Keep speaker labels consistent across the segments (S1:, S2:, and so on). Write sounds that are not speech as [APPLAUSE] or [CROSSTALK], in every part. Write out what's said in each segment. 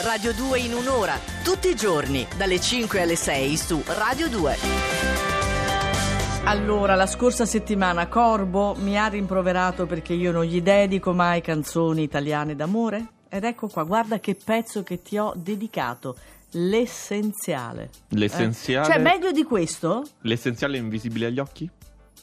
S1: Radio 2 in un'ora, tutti i giorni, dalle 5 alle 6 su Radio 2.
S2: Allora, la scorsa settimana Corbo mi ha rimproverato perché io non gli dedico mai canzoni italiane d'amore. Ed ecco qua, guarda che pezzo che ti ho dedicato. L'essenziale.
S3: L'essenziale.
S2: Cioè, meglio di questo?
S3: L'essenziale è invisibile agli occhi?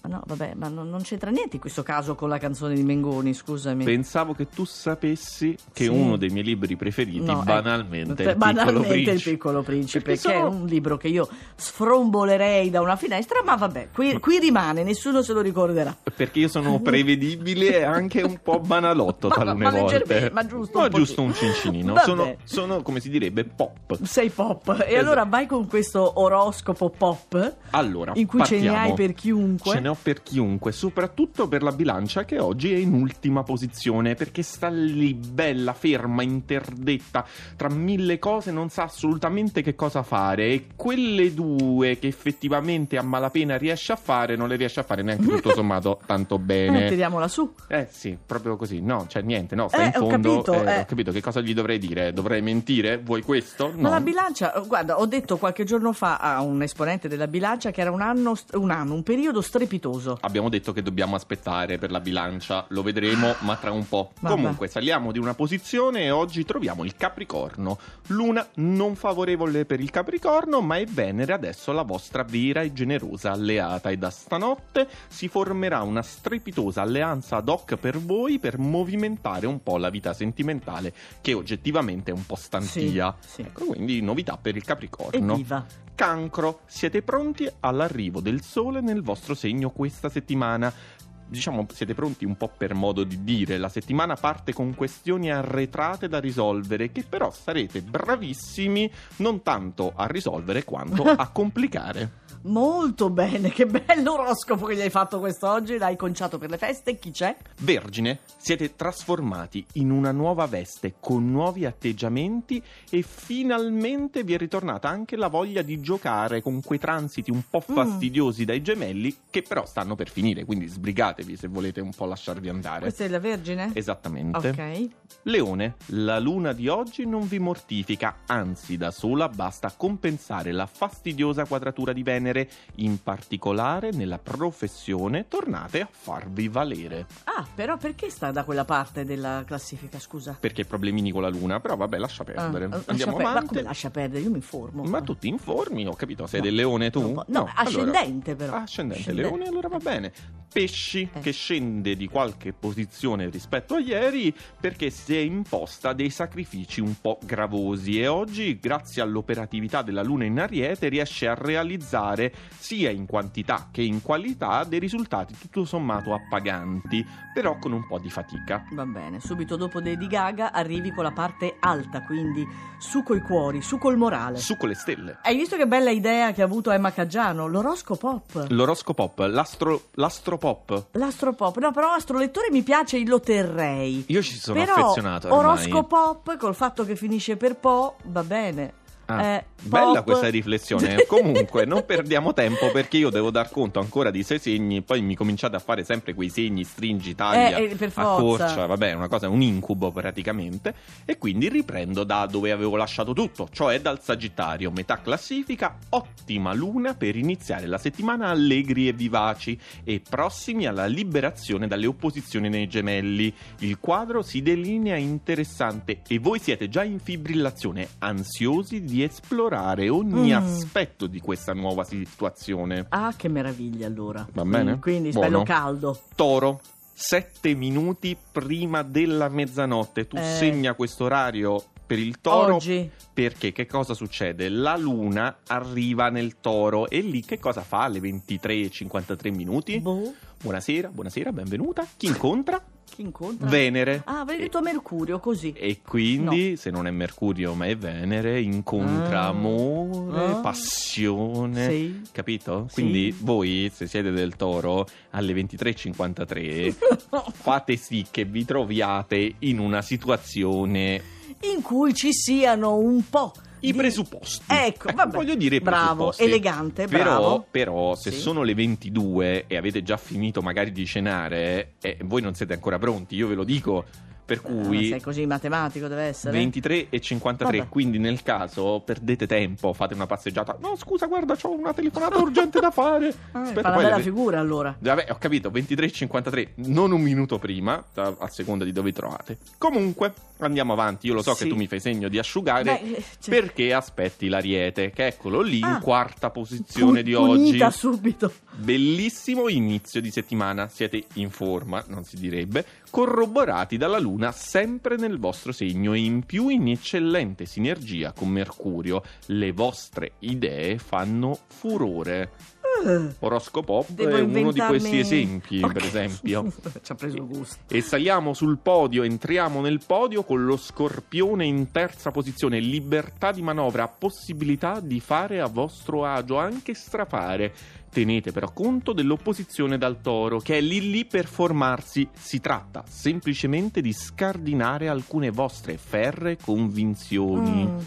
S2: Ma No, vabbè, ma non, non c'entra niente in questo caso con la canzone di Mengoni, scusami.
S3: Pensavo che tu sapessi che
S2: Sì.
S3: uno dei miei libri preferiti,
S2: No, eh,
S3: banalmente, è il piccolo
S2: banalmente
S3: principe.
S2: il piccolo principe,
S3: Perché
S2: che è
S3: sono-
S2: un libro che io sfrombolerei da una finestra, ma vabbè, qui, qui rimane, nessuno se lo ricorderà.
S3: Perché
S2: [LAUGHS]
S3: io sono prevedibile e anche un po' banalotto
S2: Ma-
S3: talune
S2: ma
S3: volte.
S2: leggermente, ma giusto un
S3: Ma
S2: po'
S3: giusto
S2: sì.
S3: un
S2: [LAUGHS]
S3: cincinino.
S2: Vabbè.
S3: Sono, sono, come si direbbe, pop.
S2: Sei pop. E
S3: Esatto. Ah,
S2: allora vai con questo oroscopo pop.
S3: Allora,
S2: In cui ce ne
S3: partiamo.
S2: hai per chiunque.
S3: Ce ne ho per chiunque, soprattutto per la bilancia che oggi è in ultima posizione perché sta lì bella, ferma, interdetta tra mille cose, non sa assolutamente che cosa fare e quelle due che effettivamente a malapena riesce a fare non le riesce a fare
S2: [LAUGHS]
S3: neanche tutto sommato tanto
S2: Eh,
S3: bene.
S2: tiriamola su.
S3: Eh sì, proprio così. No, cioè niente, no, sta
S2: Eh,
S3: in
S2: ho
S3: fondo.
S2: capito, eh.
S3: Ho capito che cosa gli dovrei dire? Dovrei mentire? Vuoi questo?
S2: Ma
S3: No.
S2: la bilancia, oh, guarda, ho detto qualche giorno fa a un esponente della bilancia che era un anno, st- un, anno, un periodo strepitoso.
S3: Abbiamo detto che dobbiamo aspettare per la bilancia, lo vedremo, ma tra un po'.
S2: Ah. Vabbè.
S3: Comunque, saliamo di una posizione e oggi troviamo il Capricorno. Luna non favorevole per il Capricorno, ma è Venere adesso la vostra vera e generosa alleata. E da stanotte si formerà una strepitosa alleanza ad hoc per voi per movimentare un po' la vita sentimentale, che oggettivamente è un po' stantia.
S2: Sì, sì.
S3: Ecco, quindi novità per il Capricorno.
S2: Evviva.
S3: Cancro, siete pronti all'arrivo del sole nel vostro segno questa settimana? Diciamo, siete pronti un po' per modo di dire, la settimana parte con questioni arretrate da risolvere, che però sarete bravissimi non tanto a risolvere quanto a complicare.
S2: Molto bene, che bello oroscopo che gli hai fatto quest'oggi. L'hai conciato per le feste. Chi c'è?
S3: Vergine, siete trasformati in una nuova veste, con nuovi atteggiamenti e finalmente vi è ritornata anche la voglia di giocare con quei transiti un po'
S2: Mm.
S3: fastidiosi dai gemelli che però stanno per finire, quindi sbrigatevi se volete un po' lasciarvi andare.
S2: Questa è la Vergine?
S3: Esattamente.
S2: Ok.
S3: Leone, la luna di oggi non vi mortifica, anzi da sola basta compensare la fastidiosa quadratura di Venere, in particolare nella professione tornate a farvi valere.
S2: Ah, però perché sta da quella parte della classifica, scusa?
S3: perché problemini con la luna, però vabbè, lascia
S2: Ah,
S3: perdere.
S2: lascia
S3: Andiamo
S2: per- Ma
S3: avanti.
S2: come lascia perdere? Io mi informo.
S3: Ma tu ti informi, ho capito, sei
S2: No,
S3: del leone tu?
S2: Non po- No, ascendente però.
S3: allora- ascendente, leone, allora va bene. Pesci
S2: Eh.
S3: che scende di qualche posizione rispetto a ieri perché si è imposta dei sacrifici un po' gravosi e oggi, grazie all'operatività della luna in ariete, riesce a realizzare sia in quantità che in qualità dei risultati tutto sommato appaganti, però con un po' di fatica.
S2: Va bene, subito dopo Lady Gaga arrivi con la parte alta, quindi su coi cuori, su col morale.
S3: Su con le stelle.
S2: Hai visto che bella idea che ha avuto Emma Caggiano? L'oroscopo pop.
S3: L'oroscopop, l'astro, l'astropop.
S2: L'astropop. No, però astrolettore mi piace il lo terrei.
S3: Io ci sono
S2: però
S3: affezionato ormai.
S2: oroscopop col fatto che finisce per po, va bene.
S3: Ah,
S2: Eh, pop.
S3: bella questa
S2: [LAUGHS]
S3: riflessione. Comunque, non perdiamo tempo perché io devo dar conto ancora di sei segni. Poi mi cominciate a fare sempre quei segni, stringi, taglia,
S2: Eh, eh, per forza.
S3: accorcia. Vabbè, è una cosa, è un incubo praticamente. E quindi riprendo da dove avevo lasciato tutto, cioè dal Sagittario, metà classifica. Ottima luna per iniziare la settimana allegri e vivaci e prossimi alla liberazione dalle opposizioni nei gemelli. Il quadro si delinea interessante e voi siete già in fibrillazione, ansiosi di esplorare ogni
S2: Mm.
S3: aspetto di questa nuova situazione.
S2: Ah, che meraviglia allora. Mm,
S3: Va bene?
S2: Quindi,
S3: Buono.
S2: bello caldo.
S3: Toro. Sette minuti prima della mezzanotte. Tu
S2: Eh.
S3: segna questo orario per il toro
S2: Oggi.
S3: perché che cosa succede? La luna arriva nel toro e lì che cosa fa alle 23.53 minuti?
S2: Boh,
S3: Buonasera, buonasera, benvenuta. Chi incontra?
S2: chi incontra?
S3: Venere.
S2: Ah, avevi
S3: E-
S2: detto Mercurio così.
S3: E quindi, se non è Mercurio ma è Venere, incontra
S2: Ah.
S3: amore,
S2: Ah.
S3: passione.
S2: Sì.
S3: Capito?
S2: Sì.
S3: Quindi
S2: [LAUGHS]
S3: voi, se siete del toro, alle
S2: [LAUGHS]
S3: 23.53 fate sì che vi troviate in una situazione.
S2: In cui ci siano un po'.
S3: I
S2: di-
S3: presupposti.
S2: Ecco, vabbè.
S3: voglio dire i
S2: Bravo,
S3: presupposti.
S2: elegante,
S3: Però,
S2: bravo.
S3: però, se
S2: Sì.
S3: sono le eh, 22 e avete già finito magari di cenare e voi non siete ancora pronti, io ve lo dico. Per
S2: Ma
S3: cui
S2: Eh, Ah, sei così matematico, deve essere.
S3: 23 e 53,
S2: Vabbè.
S3: quindi nel caso perdete tempo, fate una passeggiata. No, scusa, guarda, ho una telefonata urgente da fare.
S2: Ah,
S3: Aspetta,
S2: fa una
S3: poi
S2: bella
S3: la-
S2: figura allora.
S3: Vabbè, ho capito, 23 e 53, non un minuto prima, a, a seconda di dove trovate. Comunque, andiamo avanti, io lo so
S2: Sì.
S3: che tu mi fai segno di asciugare.
S2: Beh, eh, cioè,
S3: Perché aspetti l'ariete, che eccolo lì
S2: Ah.
S3: in quarta posizione
S2: pu-
S3: di oggi.
S2: Punita subito.
S3: Bellissimo inizio di settimana, siete in forma, non si direbbe, corroborati dalla Luna sempre nel vostro segno e in più in eccellente sinergia con Mercurio. Le vostre idee fanno furore.
S2: Eh,
S3: Oroscopo Pop
S2: Devo
S3: è uno di
S2: inventarmi-
S3: questi esempi,
S2: Ok.
S3: per esempio.
S2: [LAUGHS] Ci ha preso gusto.
S3: E saliamo sul podio, entriamo nel podio con lo scorpione in terza posizione, libertà di manovra, possibilità di fare a vostro agio, anche strafare. Tenete però conto dell'opposizione dal toro, che è lì lì per formarsi. Si tratta semplicemente di scardinare alcune vostre ferre convinzioni.
S2: Mm,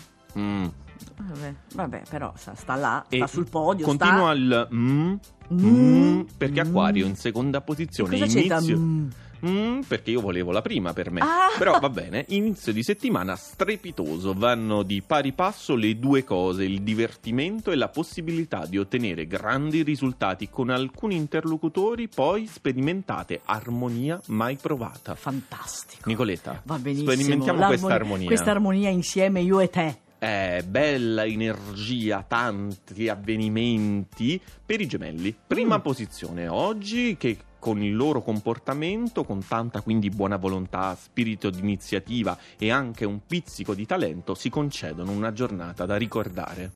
S3: Mm.
S2: Certo. vabbè, vabbè, però sa- sta là,
S3: E
S2: sta sul podio. sta...
S3: Continua il mm,
S2: Mm,
S3: mm, perché
S2: mm.
S3: Acquario in seconda posizione
S2: Cosa c'entra?
S3: inizio.
S2: Mm.
S3: Mm, perché io volevo la prima per me.
S2: Ah!
S3: Però va bene, inizio di settimana strepitoso, vanno di pari passo le due cose, il divertimento e la possibilità di ottenere grandi risultati con alcuni interlocutori, poi sperimentate armonia mai provata.
S2: Fantastico.
S3: Nicoletta,
S2: Va benissimo.
S3: sperimentiamo questa
S2: L'armoni-
S3: armonia.
S2: Questa armonia insieme io e te.
S3: Eh, bella energia, tanti avvenimenti per i gemelli. Prima
S2: Mm.
S3: posizione oggi che con il loro comportamento, con tanta quindi buona volontà, spirito di iniziativa e anche un pizzico di talento, si concedono una giornata da ricordare.